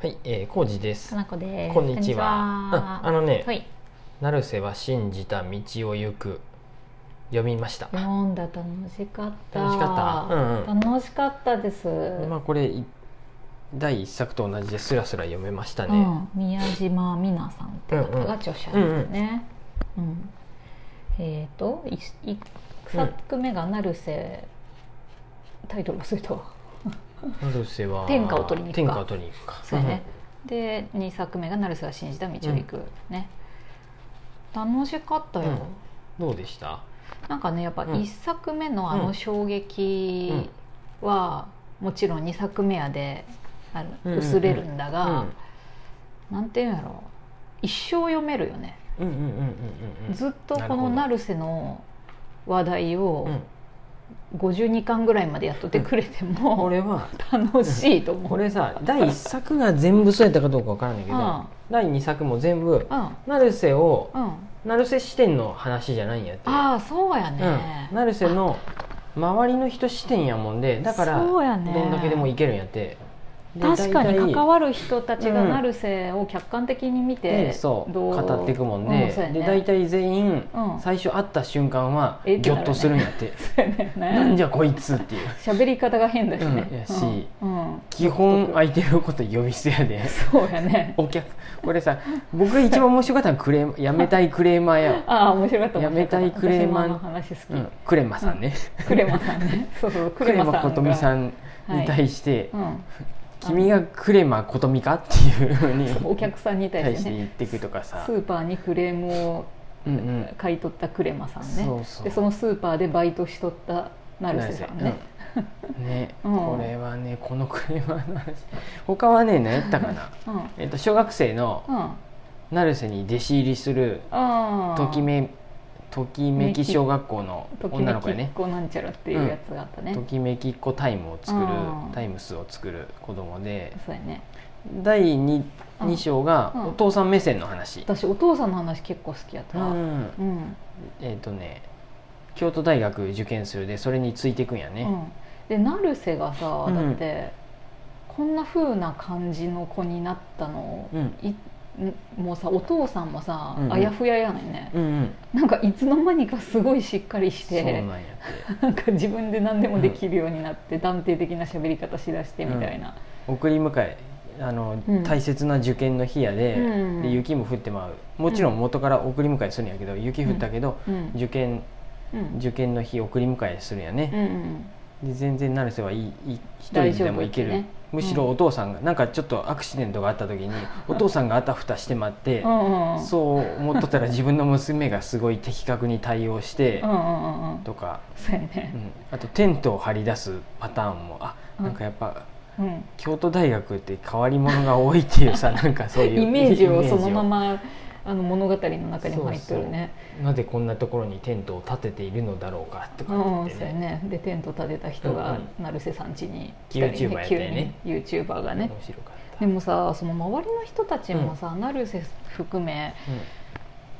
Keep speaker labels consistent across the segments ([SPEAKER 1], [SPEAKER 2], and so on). [SPEAKER 1] はい、えー、コウジです
[SPEAKER 2] か。なこです。
[SPEAKER 1] こんにちは。うん、あ
[SPEAKER 2] こんに
[SPEAKER 1] のね
[SPEAKER 2] ちは、はい。
[SPEAKER 1] 成瀬は信じた道を行く。読みました。楽し
[SPEAKER 2] 読んだ楽しかった。
[SPEAKER 1] かった。うん
[SPEAKER 2] 楽しかったです。
[SPEAKER 1] うん。まあ、これ、い第一作と同じで、スラスラ読めました
[SPEAKER 2] う
[SPEAKER 1] ね。
[SPEAKER 2] ん、宮島みなさんって方が著者ですね。うんえっ、と、いい草作目が成瀬、タイトル忘れたわ。
[SPEAKER 1] 成瀬は。
[SPEAKER 2] 天下を取りに行く
[SPEAKER 1] 天
[SPEAKER 2] か
[SPEAKER 1] 下を取りに行くか。
[SPEAKER 2] そうやね。で、二作目が成瀬が信じた道を行く、ね。楽しかったよ。
[SPEAKER 1] うんうん。どうでした。
[SPEAKER 2] なんかねやっぱ
[SPEAKER 1] うん
[SPEAKER 2] 1作目のあの衝撃は、もちろん2作目やであの
[SPEAKER 1] うんうんうん
[SPEAKER 2] 薄れるんだ
[SPEAKER 1] う
[SPEAKER 2] が、
[SPEAKER 1] ん。
[SPEAKER 2] なんていうんやろ一生読めるよね、
[SPEAKER 1] うん、うん、うん、うん、うん。
[SPEAKER 2] ずっと
[SPEAKER 1] な
[SPEAKER 2] こ
[SPEAKER 1] るほど
[SPEAKER 2] の成瀬の話題を
[SPEAKER 1] うん。
[SPEAKER 2] 52巻ぐらいまでやっとってくれても、
[SPEAKER 1] これは。
[SPEAKER 2] 楽しいと思
[SPEAKER 1] こ
[SPEAKER 2] う。
[SPEAKER 1] れさ、第一作が全部そうやったかどうかわからないけ
[SPEAKER 2] う
[SPEAKER 1] ど
[SPEAKER 2] ん。
[SPEAKER 1] 第二作も全部。
[SPEAKER 2] うん
[SPEAKER 1] 成瀬を。
[SPEAKER 2] うん、
[SPEAKER 1] 成瀬視点の話じゃないんやって。
[SPEAKER 2] ああそうやね、
[SPEAKER 1] うん、成瀬の周りの人視点やもんでだから
[SPEAKER 2] そう
[SPEAKER 1] ど
[SPEAKER 2] やね
[SPEAKER 1] んだけでもいけるんやってで
[SPEAKER 2] 確かに
[SPEAKER 1] 大体
[SPEAKER 2] 関わる人たち
[SPEAKER 1] う
[SPEAKER 2] が
[SPEAKER 1] ん
[SPEAKER 2] 成瀬を客観的に見て
[SPEAKER 1] でそう
[SPEAKER 2] ど
[SPEAKER 1] 語っていくもん
[SPEAKER 2] う
[SPEAKER 1] で,、
[SPEAKER 2] そうやね
[SPEAKER 1] で大体全員、
[SPEAKER 2] うん
[SPEAKER 1] 最初会った瞬間はギ
[SPEAKER 2] えっ
[SPEAKER 1] ョ
[SPEAKER 2] てなる
[SPEAKER 1] ッ
[SPEAKER 2] ね
[SPEAKER 1] とするんやって、
[SPEAKER 2] そうやね
[SPEAKER 1] なんじゃこいつっていう
[SPEAKER 2] 喋り方が変だしね、
[SPEAKER 1] うんやし
[SPEAKER 2] うんうん
[SPEAKER 1] 基本相手のこと呼び捨てやで
[SPEAKER 2] そうやね
[SPEAKER 1] お客これさ僕が一番面白かったのはクレーマーやめたいクレーマーや、
[SPEAKER 2] ああ面白かった
[SPEAKER 1] やめたいクレーマン
[SPEAKER 2] 私もあの話好き、
[SPEAKER 1] うん、クレマさんね、
[SPEAKER 2] クレマさんねそうそうク
[SPEAKER 1] ク
[SPEAKER 2] レ
[SPEAKER 1] レ
[SPEAKER 2] マさん
[SPEAKER 1] マ
[SPEAKER 2] が
[SPEAKER 1] ことみさんに対して、
[SPEAKER 2] うん、
[SPEAKER 1] 君がクレマことみかっていうふうに
[SPEAKER 2] お客さんに対
[SPEAKER 1] 対
[SPEAKER 2] し
[SPEAKER 1] してて
[SPEAKER 2] ね
[SPEAKER 1] 言っていくとかさ
[SPEAKER 2] スーパーにクレームを
[SPEAKER 1] うんうん
[SPEAKER 2] 買い取ったクレマさんね
[SPEAKER 1] そうそう
[SPEAKER 2] でそのスーパーでバイトしとった成瀬さんね、
[SPEAKER 1] うんね、
[SPEAKER 2] うん
[SPEAKER 1] これはねこのクレマの話他はね何やったかな
[SPEAKER 2] うんうん
[SPEAKER 1] えっと小学生の成瀬に弟子入りする
[SPEAKER 2] ああ
[SPEAKER 1] ときめときめき小学校の
[SPEAKER 2] とき
[SPEAKER 1] 女
[SPEAKER 2] め
[SPEAKER 1] の子
[SPEAKER 2] き
[SPEAKER 1] や
[SPEAKER 2] っ
[SPEAKER 1] ね
[SPEAKER 2] こなんちゃらっていうやつがあったね、
[SPEAKER 1] ときめきっこタイムを作る
[SPEAKER 2] うん
[SPEAKER 1] タイムスを作る子供で
[SPEAKER 2] そうやね
[SPEAKER 1] 第 2,
[SPEAKER 2] うん
[SPEAKER 1] 二章が
[SPEAKER 2] うん
[SPEAKER 1] お父さん目線の話、
[SPEAKER 2] 私お父さんの話結構好きやった
[SPEAKER 1] う
[SPEAKER 2] わ
[SPEAKER 1] ん、
[SPEAKER 2] うん
[SPEAKER 1] えっ、とね京都大学受験するでそれについていくんやね、
[SPEAKER 2] うん、で成瀬がさ
[SPEAKER 1] うん
[SPEAKER 2] だって、こんな風な感じの子になったの
[SPEAKER 1] う、ん
[SPEAKER 2] いんもうさお父さんもさ、
[SPEAKER 1] うんうん
[SPEAKER 2] あやふややねんね、
[SPEAKER 1] うんうん、
[SPEAKER 2] なんかいつの間にかすごいしっかりし
[SPEAKER 1] そうなん
[SPEAKER 2] て
[SPEAKER 1] やっ
[SPEAKER 2] なんか自分で何でもできるようになって、断定的な喋り方しだしてみたいな、
[SPEAKER 1] て送り迎えあの、
[SPEAKER 2] うん
[SPEAKER 1] 大切な受験の日やで,、
[SPEAKER 2] うん
[SPEAKER 1] で雪も降ってまうもちろん元から送り迎えするんやけど雪降ったけど、
[SPEAKER 2] うんうん
[SPEAKER 1] 受験受験の日送り迎えするんや
[SPEAKER 2] う
[SPEAKER 1] ね、
[SPEAKER 2] んうん
[SPEAKER 1] で全然成瀬はいいい一
[SPEAKER 2] 大
[SPEAKER 1] 人
[SPEAKER 2] 丈
[SPEAKER 1] で
[SPEAKER 2] 夫
[SPEAKER 1] も行ける、
[SPEAKER 2] ってね
[SPEAKER 1] むしろお父さんが、なんかちょっとアクシデントがあった時にお父さんがあたふたしてまって、
[SPEAKER 2] うんうん
[SPEAKER 1] そう思っとったら自分の娘がすごい的確に対応して
[SPEAKER 2] うんうんうんうん
[SPEAKER 1] とか、
[SPEAKER 2] そう
[SPEAKER 1] う
[SPEAKER 2] やね、
[SPEAKER 1] ん、あとテントを張り出すパターンもあ
[SPEAKER 2] うん
[SPEAKER 1] なんかやっぱ
[SPEAKER 2] うん
[SPEAKER 1] 京都大学って変わり者が多いっていう さなんかそういう
[SPEAKER 2] イメージを
[SPEAKER 1] イメ
[SPEAKER 2] そのままあの物語の中にも入っとるね
[SPEAKER 1] なぜこんなところにテントを建てているのだろうかと
[SPEAKER 2] う
[SPEAKER 1] か
[SPEAKER 2] ん、
[SPEAKER 1] 言っ
[SPEAKER 2] そう
[SPEAKER 1] て
[SPEAKER 2] や
[SPEAKER 1] ね
[SPEAKER 2] ねでテント建てた人
[SPEAKER 1] う
[SPEAKER 2] が
[SPEAKER 1] ん
[SPEAKER 2] 成瀬さん家に
[SPEAKER 1] YouTuber やったよね
[SPEAKER 2] 急に YouTuber が
[SPEAKER 1] 面
[SPEAKER 2] ね
[SPEAKER 1] 白かった
[SPEAKER 2] でもさその周りの人たちもさ成瀬含め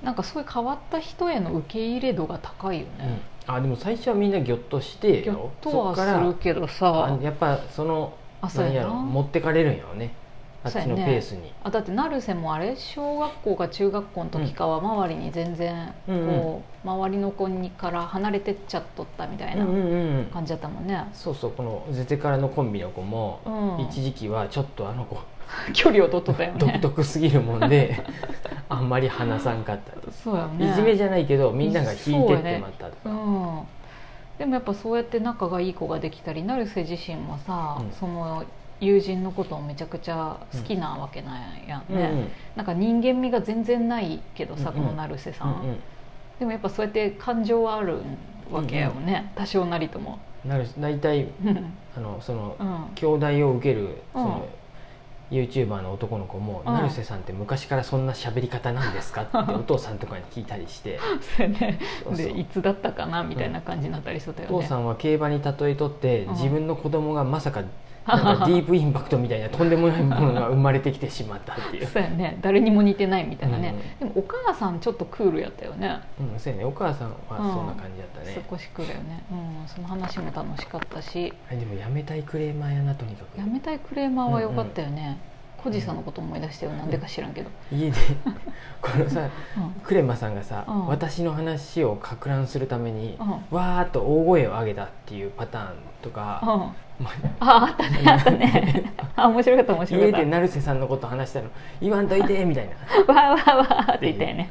[SPEAKER 2] なんかそういう変わった人への受け入れ度が高いよ
[SPEAKER 1] うんうん
[SPEAKER 2] ね
[SPEAKER 1] あでも最初はみんなぎょっとして
[SPEAKER 2] ぎ
[SPEAKER 1] よ
[SPEAKER 2] ょっとはするけど
[SPEAKER 1] あ
[SPEAKER 2] さ
[SPEAKER 1] やっぱその
[SPEAKER 2] あそう
[SPEAKER 1] 何や
[SPEAKER 2] や
[SPEAKER 1] ろ
[SPEAKER 2] な
[SPEAKER 1] 持ってかれるんやろねあっ
[SPEAKER 2] そう
[SPEAKER 1] ち
[SPEAKER 2] や
[SPEAKER 1] の
[SPEAKER 2] ね
[SPEAKER 1] ペースに
[SPEAKER 2] あだって成瀬もあれ小学校か中学校の時かは周りに全然
[SPEAKER 1] うんうん
[SPEAKER 2] こう周りの子にから離れてっちゃっとったみたいな
[SPEAKER 1] うんうんうん
[SPEAKER 2] 感じだったもんね、
[SPEAKER 1] そうそうこのゼゼからのコンビの子も
[SPEAKER 2] うん、
[SPEAKER 1] 一時期はちょっとあの子
[SPEAKER 2] 距離を取っとったよ
[SPEAKER 1] 独
[SPEAKER 2] ね
[SPEAKER 1] 特すぎるもんで あんまり話さんかったと
[SPEAKER 2] そうやね
[SPEAKER 1] いじめじゃないけどみんなが引いてってまったとか
[SPEAKER 2] うん、でもやっぱそうやって仲がいい子ができたり成瀬自身もさ、
[SPEAKER 1] うん
[SPEAKER 2] その友人のことをめちゃくちゃ好きなわけなんやね、
[SPEAKER 1] うんうん
[SPEAKER 2] なんか人間味が全然ないけどさ、
[SPEAKER 1] うんうん
[SPEAKER 2] この成瀬さ、
[SPEAKER 1] うんん
[SPEAKER 2] でもやっぱそうやって感情はあるわけよね、多少なりと も、
[SPEAKER 1] なる大体
[SPEAKER 2] うん
[SPEAKER 1] あのその
[SPEAKER 2] うん、
[SPEAKER 1] 兄弟を受けるその
[SPEAKER 2] う
[SPEAKER 1] YouTuber の男の子も「
[SPEAKER 2] うん
[SPEAKER 1] 成瀬さんって昔からそんな喋り方なんですか?」 ってお父さんとかに聞いたりして
[SPEAKER 2] そうやね
[SPEAKER 1] そうそう
[SPEAKER 2] でいつだったかなみたいな感じになったりしとったよね、
[SPEAKER 1] お父さんは競馬に例えとって
[SPEAKER 2] うん
[SPEAKER 1] 自分の子供がま さかなんかディープインパクトみたいなとんでもないものが生まれてきてしまったって いう。
[SPEAKER 2] そうやね誰にも似てないみたいなね、でもお母さんちょっとクールやったよね
[SPEAKER 1] うん、そうやねお母さんはそんな感じだったね、
[SPEAKER 2] 少しクールよね、うん、その話も楽しかったし
[SPEAKER 1] あでもやめたいクレーマーやなとにかく
[SPEAKER 2] やめたいクレーマーは良かったよね、小路さんのこと思い出したよなんでか知らんけど、
[SPEAKER 1] 家でこのさ
[SPEAKER 2] うん
[SPEAKER 1] クレマさんがさ、
[SPEAKER 2] うん
[SPEAKER 1] 私の話をか乱するために、
[SPEAKER 2] うん
[SPEAKER 1] わーっと大声を上げたっていうパターンとか、
[SPEAKER 2] うん、
[SPEAKER 1] ま
[SPEAKER 2] ああったねあったね あ面白かった面白か
[SPEAKER 1] 家
[SPEAKER 2] った
[SPEAKER 1] で成瀬さんのこと話したの言わんといてみたいな
[SPEAKER 2] わーわーわー って言ったよね、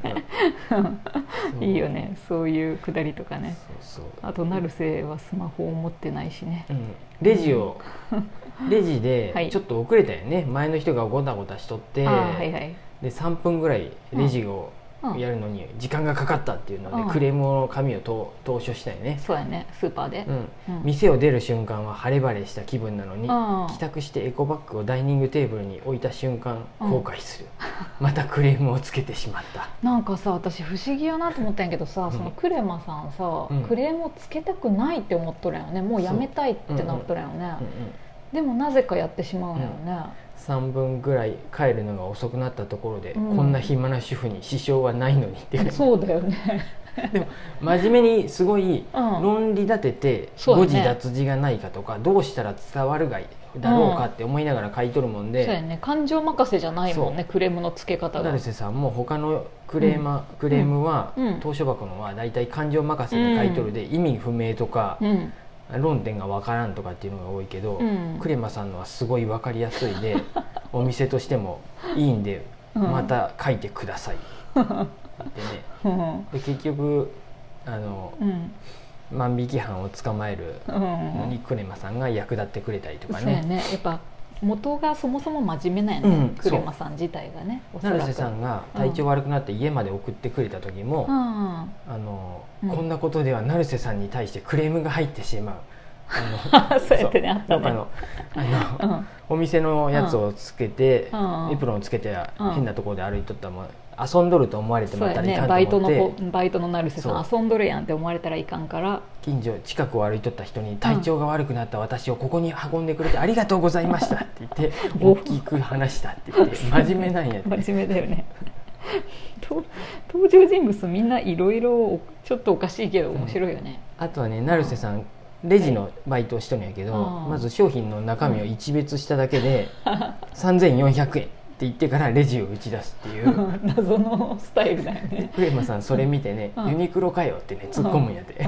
[SPEAKER 1] うん
[SPEAKER 2] いいよねそういうくだりとかね
[SPEAKER 1] そうそう
[SPEAKER 2] あと成瀬はスマホを持ってないしね
[SPEAKER 1] うんレジをレジ
[SPEAKER 2] は
[SPEAKER 1] で
[SPEAKER 2] い
[SPEAKER 1] ちょっと遅れたよね、前の人がゴタゴタしとって、
[SPEAKER 2] ああはいはい
[SPEAKER 1] で3分ぐらいレジを
[SPEAKER 2] うん
[SPEAKER 1] やるのに時間がかかったっていうので、
[SPEAKER 2] うん
[SPEAKER 1] クレームの紙を投投書したよね、
[SPEAKER 2] そうやねスーパーで
[SPEAKER 1] う、ん、
[SPEAKER 2] うん
[SPEAKER 1] 店を出る瞬間は晴れ晴れした気分なのに
[SPEAKER 2] あ
[SPEAKER 1] 帰宅してエコバッグをダイニングテーブルに置いた瞬間後悔する、 またクレームをつけてしまった
[SPEAKER 2] なんかさ私不思議やなと思ったんやけどさ、
[SPEAKER 1] ん
[SPEAKER 2] そのクレマさんさ、
[SPEAKER 1] うん
[SPEAKER 2] クレームをつけたくないって思っとるんよねもうやめたいってなっとるんよね、
[SPEAKER 1] うんうん
[SPEAKER 2] でもなぜかやってしまうんよね、
[SPEAKER 1] 3分ぐらい帰るのが遅くなったところで、
[SPEAKER 2] うん
[SPEAKER 1] こんな暇な主婦に支障はないのにっていう
[SPEAKER 2] そうだよね
[SPEAKER 1] 真面目にすごい
[SPEAKER 2] うん
[SPEAKER 1] 論理立てて
[SPEAKER 2] そうだ
[SPEAKER 1] 誤
[SPEAKER 2] ね
[SPEAKER 1] 字脱字がないかとかどうしたら伝わるがいだろうかって思いながら書いとるもん
[SPEAKER 2] そうや
[SPEAKER 1] で、
[SPEAKER 2] ね感情任せじゃないもんねクレームのつけ方が
[SPEAKER 1] 成瀬さんも他のクレーマ、クレームは、
[SPEAKER 2] うん
[SPEAKER 1] 投書箱のは大体感情任せで書いとるで、意味不明とか
[SPEAKER 2] う、ん
[SPEAKER 1] 論点がわからんとかっていうのが多いけど、
[SPEAKER 2] うん
[SPEAKER 1] クレマさんのはすごいわかりやすい でお店としてもいいんで
[SPEAKER 2] うん
[SPEAKER 1] また書いてください、でね
[SPEAKER 2] うん
[SPEAKER 1] で結局あの
[SPEAKER 2] うん
[SPEAKER 1] 万引き犯を捕まえる
[SPEAKER 2] うん
[SPEAKER 1] のにクレマさんが役立ってくれたりとか
[SPEAKER 2] そうや
[SPEAKER 1] ね
[SPEAKER 2] ねやっぱ元がそもそも真面目なんやね、
[SPEAKER 1] うん
[SPEAKER 2] クレマさん自体がねおそら
[SPEAKER 1] 成
[SPEAKER 2] く
[SPEAKER 1] 瀬さんが体調悪くなって家まで送ってくれた時も、
[SPEAKER 2] うん
[SPEAKER 1] あの
[SPEAKER 2] うん
[SPEAKER 1] こんなことでは成瀬さんに対してクレームが入ってしまう。あの
[SPEAKER 2] そうやってねあった
[SPEAKER 1] なん
[SPEAKER 2] ね
[SPEAKER 1] かあのあの
[SPEAKER 2] うん
[SPEAKER 1] お店のやつをつけて、
[SPEAKER 2] うん
[SPEAKER 1] エプロンをつけて
[SPEAKER 2] うん
[SPEAKER 1] 変なところで歩いとったらもう遊んどると思われて
[SPEAKER 2] そ
[SPEAKER 1] ま
[SPEAKER 2] う
[SPEAKER 1] った
[SPEAKER 2] や
[SPEAKER 1] らい
[SPEAKER 2] ね
[SPEAKER 1] か
[SPEAKER 2] バ
[SPEAKER 1] ん
[SPEAKER 2] イ
[SPEAKER 1] と
[SPEAKER 2] ト
[SPEAKER 1] 思
[SPEAKER 2] の
[SPEAKER 1] って、
[SPEAKER 2] 子バイトの成瀬さん遊んどるやんって思われたらいかんから
[SPEAKER 1] 近所近くを歩いとった人に体調が悪くなった私をここに運んでくれてありがとうございましたって言って
[SPEAKER 2] お
[SPEAKER 1] 大きく話したって言って真面目なんやって
[SPEAKER 2] 真面目だよねと登場人物みんないろいろちょっとおかしいけど面白いよね、
[SPEAKER 1] あとはね成瀬さんレジのバイトをしとるんやけど、
[SPEAKER 2] うん
[SPEAKER 1] まず商品の中身を一別しただけ で3400円って言ってからレジを打ち出すっていう
[SPEAKER 2] 謎のスタイルだよね
[SPEAKER 1] クレマさんそれ見てね、
[SPEAKER 2] うん
[SPEAKER 1] ユニクロかよってね突っ込むんやで、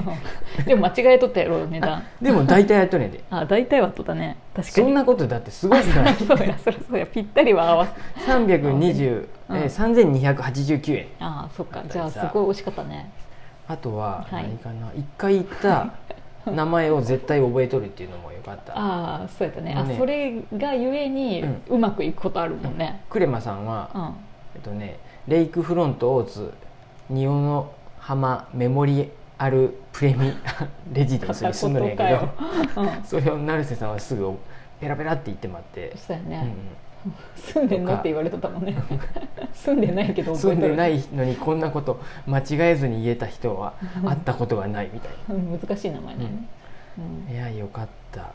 [SPEAKER 2] うんでも間違えとったやろ値段
[SPEAKER 1] でも大体やっとるんやで
[SPEAKER 2] あ大体はとったね確か
[SPEAKER 1] そ
[SPEAKER 2] に
[SPEAKER 1] んなことだってすごいじゃない
[SPEAKER 2] そうやそりゃそうやぴったりは合わせ
[SPEAKER 1] 320
[SPEAKER 2] うん
[SPEAKER 1] えー3289円
[SPEAKER 2] ああそっかじゃあすごい惜しかったね
[SPEAKER 1] あとは
[SPEAKER 2] はい
[SPEAKER 1] 何かな、一回言った名前を絶対覚えとるっていうのもよかった
[SPEAKER 2] ああそうやったねあ
[SPEAKER 1] ね
[SPEAKER 2] それがゆえに
[SPEAKER 1] うん
[SPEAKER 2] うまくいくことあるもんね
[SPEAKER 1] クレマさん
[SPEAKER 2] う
[SPEAKER 1] は、
[SPEAKER 2] ん
[SPEAKER 1] えっとね、レイクフロント大津仁尾の浜メモリアルプレミ レジデンスに住んどるんやけど
[SPEAKER 2] ど、うん、
[SPEAKER 1] それを成瀬さんはすぐペラペラって言ってもらって、
[SPEAKER 2] そうや
[SPEAKER 1] う
[SPEAKER 2] ね、
[SPEAKER 1] ん
[SPEAKER 2] 住んでんのって言われてたもんね住んでないけど覚
[SPEAKER 1] 住
[SPEAKER 2] え
[SPEAKER 1] ん
[SPEAKER 2] て
[SPEAKER 1] で
[SPEAKER 2] る
[SPEAKER 1] ないのにこんなこと間違えずに言えた人は会ったことがないみたいな。
[SPEAKER 2] うん難しい名前だよね、うん
[SPEAKER 1] いやよかった。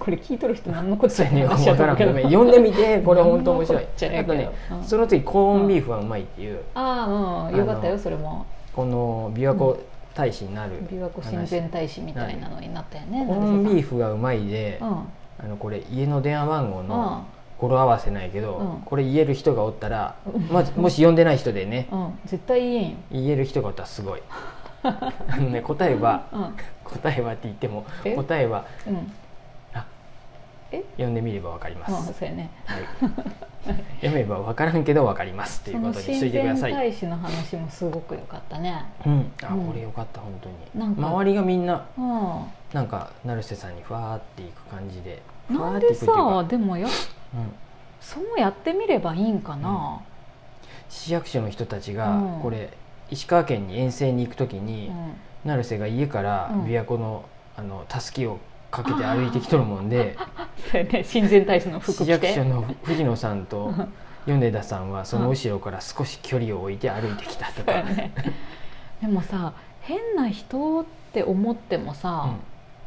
[SPEAKER 2] これ聞いとる人何のこっ
[SPEAKER 1] そ
[SPEAKER 2] ちゃ
[SPEAKER 1] うやね、
[SPEAKER 2] 話しちゃ
[SPEAKER 1] わ
[SPEAKER 2] っ
[SPEAKER 1] から
[SPEAKER 2] た
[SPEAKER 1] ん
[SPEAKER 2] け
[SPEAKER 1] ご
[SPEAKER 2] ど
[SPEAKER 1] めん読んでみて、これ本当面白い。
[SPEAKER 2] なんのこっちゃ
[SPEAKER 1] あ
[SPEAKER 2] や
[SPEAKER 1] と
[SPEAKER 2] けど
[SPEAKER 1] ね
[SPEAKER 2] う、ん
[SPEAKER 1] その次コーンビーフはうまいっていう、
[SPEAKER 2] ああうんよかったよそれも
[SPEAKER 1] この琵琶湖大使になる
[SPEAKER 2] 琵琶湖親善大使みたいなのになったよね
[SPEAKER 1] コーンビー
[SPEAKER 2] フ
[SPEAKER 1] フがうまいで、
[SPEAKER 2] うん
[SPEAKER 1] あのこれ家の電話番号
[SPEAKER 2] うん
[SPEAKER 1] の語呂合わせないけど、
[SPEAKER 2] うん
[SPEAKER 1] これ言える人がおったら
[SPEAKER 2] うん、
[SPEAKER 1] ま ずもし読んでない人でね、
[SPEAKER 2] うん絶対言えんよ
[SPEAKER 1] 言える人がおったらす ごい。あのね答えは
[SPEAKER 2] うん
[SPEAKER 1] 答えはって言っても
[SPEAKER 2] え
[SPEAKER 1] 答えは
[SPEAKER 2] うん
[SPEAKER 1] あ
[SPEAKER 2] え
[SPEAKER 1] 読んでみればわかりま
[SPEAKER 2] う
[SPEAKER 1] す。
[SPEAKER 2] んそうやね
[SPEAKER 1] はい、読めば分からんけど分かりますとい
[SPEAKER 2] そう
[SPEAKER 1] こ
[SPEAKER 2] の
[SPEAKER 1] とにし
[SPEAKER 2] 親
[SPEAKER 1] といてくだ
[SPEAKER 2] 善
[SPEAKER 1] さい。
[SPEAKER 2] 大使の話もすごく良かったね
[SPEAKER 1] うん、あ、
[SPEAKER 2] うん
[SPEAKER 1] これよかった本当
[SPEAKER 2] なん
[SPEAKER 1] に。
[SPEAKER 2] か
[SPEAKER 1] 周りがみんな
[SPEAKER 2] うん
[SPEAKER 1] なんか成瀬さんにふわーっていく感じで。ふわー
[SPEAKER 2] なん
[SPEAKER 1] って
[SPEAKER 2] で
[SPEAKER 1] いくっていうか
[SPEAKER 2] さでもや
[SPEAKER 1] うん
[SPEAKER 2] そうやってみればいいんかな、
[SPEAKER 1] 市役所の人たちが、
[SPEAKER 2] うん
[SPEAKER 1] これ石川県に遠征に行くとき
[SPEAKER 2] う
[SPEAKER 1] に、
[SPEAKER 2] ん
[SPEAKER 1] 成瀬が家から
[SPEAKER 2] うん
[SPEAKER 1] 琵琶湖のあのたすきをかけて歩いてきとるもんで、
[SPEAKER 2] そうやね親善大使の 服
[SPEAKER 1] 市
[SPEAKER 2] 着
[SPEAKER 1] 役所
[SPEAKER 2] て
[SPEAKER 1] の藤野さん と米田さんはその後ろから少し距離を置いて歩いてきたと
[SPEAKER 2] そう
[SPEAKER 1] か
[SPEAKER 2] や。ねでもさ変な人って思っても
[SPEAKER 1] う
[SPEAKER 2] さ、
[SPEAKER 1] ん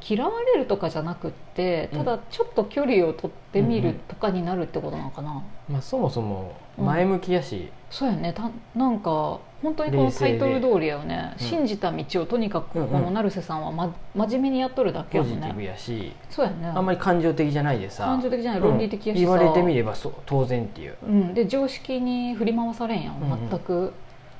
[SPEAKER 2] 嫌われるとかじゃなくってただちょっと距離を取ってみるとかになるってことなのかな、
[SPEAKER 1] まあ、そもそも前向きやし、
[SPEAKER 2] そうやねたなんか本当にこのタイトル
[SPEAKER 1] 冷静で
[SPEAKER 2] 通りやよね、
[SPEAKER 1] うん
[SPEAKER 2] 信じた道をとにかく
[SPEAKER 1] うんうん
[SPEAKER 2] この成瀬さんは、ま、真面目にやっとるだ
[SPEAKER 1] ポ
[SPEAKER 2] けや
[SPEAKER 1] ジ
[SPEAKER 2] もん
[SPEAKER 1] ティブ
[SPEAKER 2] ね
[SPEAKER 1] やし、
[SPEAKER 2] そうやね
[SPEAKER 1] あんまり感情的じゃないでさ
[SPEAKER 2] 感情的じゃない
[SPEAKER 1] うん
[SPEAKER 2] 論理的やしさ、
[SPEAKER 1] 言われてみればそう当然っていう
[SPEAKER 2] うん、で常識に振り回されんや
[SPEAKER 1] うんうんん
[SPEAKER 2] 全く、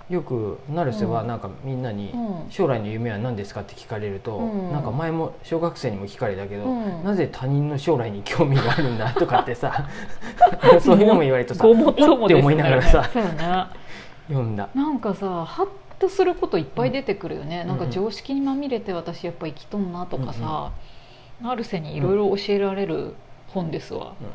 [SPEAKER 1] よく成瀬は
[SPEAKER 2] うん
[SPEAKER 1] なんかみんなに
[SPEAKER 2] うん
[SPEAKER 1] 「将来の夢は何ですか?」って聞かれると、
[SPEAKER 2] うん
[SPEAKER 1] なんか前も小学生にも聞かれたけど、
[SPEAKER 2] うん
[SPEAKER 1] なぜ他人の将来に興味があるんだとかってさ そういうのも言われるとさ
[SPEAKER 2] ごもっとも
[SPEAKER 1] っ
[SPEAKER 2] で
[SPEAKER 1] て
[SPEAKER 2] すね
[SPEAKER 1] 思いながらさ
[SPEAKER 2] そうやね
[SPEAKER 1] 読んだ。
[SPEAKER 2] なんかさハッとすることいっぱい出てくるよね、
[SPEAKER 1] ん
[SPEAKER 2] なんか
[SPEAKER 1] うんうん
[SPEAKER 2] 常識にまみれて私やっぱ生きとんなとかさ、成瀬にいろいろ教えられる本ですわ、
[SPEAKER 1] うんうん
[SPEAKER 2] うん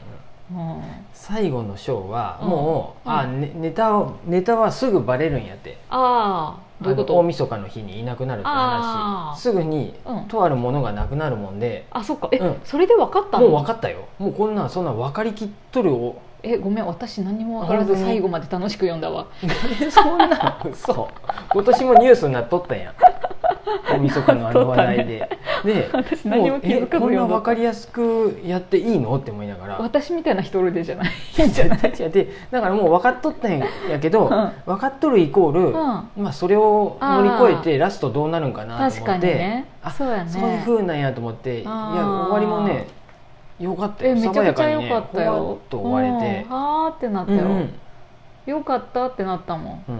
[SPEAKER 1] 最後の章は
[SPEAKER 2] うん
[SPEAKER 1] もう、
[SPEAKER 2] うん
[SPEAKER 1] あねネタをネタはすぐバレるんやって
[SPEAKER 2] ああどういうこ
[SPEAKER 1] あの大
[SPEAKER 2] と
[SPEAKER 1] 晦日の日にいなくなるって
[SPEAKER 2] あ
[SPEAKER 1] 話
[SPEAKER 2] ー
[SPEAKER 1] すぐに、
[SPEAKER 2] うん
[SPEAKER 1] とあるものがなくなるもんで
[SPEAKER 2] あそっかえ、
[SPEAKER 1] うん
[SPEAKER 2] それで分かった
[SPEAKER 1] も
[SPEAKER 2] の
[SPEAKER 1] う分かったよもうこんなんそんなん分かりきっとる お
[SPEAKER 2] えごめん私何も分から
[SPEAKER 1] あ本
[SPEAKER 2] ず
[SPEAKER 1] 当に
[SPEAKER 2] 最後まで楽しく読んだわ
[SPEAKER 1] そんな嘘今年もニュースになっとったやん大晦日のあの話題で、で
[SPEAKER 2] 私何も気づかず
[SPEAKER 1] もうえこんな
[SPEAKER 2] 読んだ
[SPEAKER 1] 分
[SPEAKER 2] わ
[SPEAKER 1] かりやすくやっていいのって思いながら
[SPEAKER 2] 私みたいな人おるでじゃない
[SPEAKER 1] 違う違うでだからもう分かっとったんやけど、
[SPEAKER 2] うん
[SPEAKER 1] 分かっとるイコール、
[SPEAKER 2] うん
[SPEAKER 1] まあ、それを乗り越えてラストどうなるんかなと
[SPEAKER 2] 確
[SPEAKER 1] 思
[SPEAKER 2] か
[SPEAKER 1] っ
[SPEAKER 2] に
[SPEAKER 1] て、
[SPEAKER 2] ね
[SPEAKER 1] あ
[SPEAKER 2] そうやね
[SPEAKER 1] そういうふうなんやと思っていや
[SPEAKER 2] あー
[SPEAKER 1] 終わりもねよかったよ
[SPEAKER 2] えめちゃくちゃ
[SPEAKER 1] 爽や
[SPEAKER 2] 良かった
[SPEAKER 1] にねほわ
[SPEAKER 2] よ
[SPEAKER 1] っ。と終われて
[SPEAKER 2] うん、あーってなった
[SPEAKER 1] うん
[SPEAKER 2] よ。
[SPEAKER 1] うんうん
[SPEAKER 2] よかったってなったもん。うん。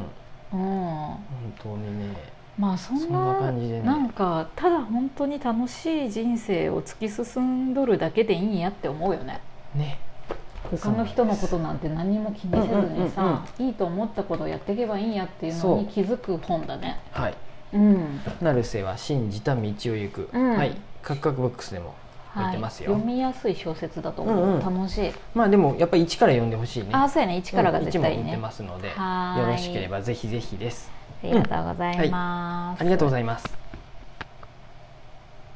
[SPEAKER 1] 本当にね
[SPEAKER 2] まあそんな
[SPEAKER 1] そんな感じでね
[SPEAKER 2] なんかただ本当に楽しい人生を突き進んどるだけでいいんやって思うよね。
[SPEAKER 1] ね
[SPEAKER 2] 他の人のことなんて何も気にせず
[SPEAKER 1] う
[SPEAKER 2] に
[SPEAKER 1] んうんうん
[SPEAKER 2] さ、いいと思ったことをやっていけばいいんやっていうのに気づく本だね。
[SPEAKER 1] はい
[SPEAKER 2] うん。
[SPEAKER 1] 成瀬は信じた道を行く、
[SPEAKER 2] うん
[SPEAKER 1] はいカクカクボックスでも書いてますよ
[SPEAKER 2] 読みやすい小説だと思う。
[SPEAKER 1] うんう
[SPEAKER 2] 楽しい。
[SPEAKER 1] まあでもやっぱり一から読んでほしいね
[SPEAKER 2] あーそうやね。一からが
[SPEAKER 1] うん
[SPEAKER 2] 絶
[SPEAKER 1] 一
[SPEAKER 2] 対いい
[SPEAKER 1] も売って
[SPEAKER 2] ね。
[SPEAKER 1] ますので
[SPEAKER 2] はーい
[SPEAKER 1] よろしければぜひぜひです
[SPEAKER 2] ありがとうございます。
[SPEAKER 1] ありがとうございます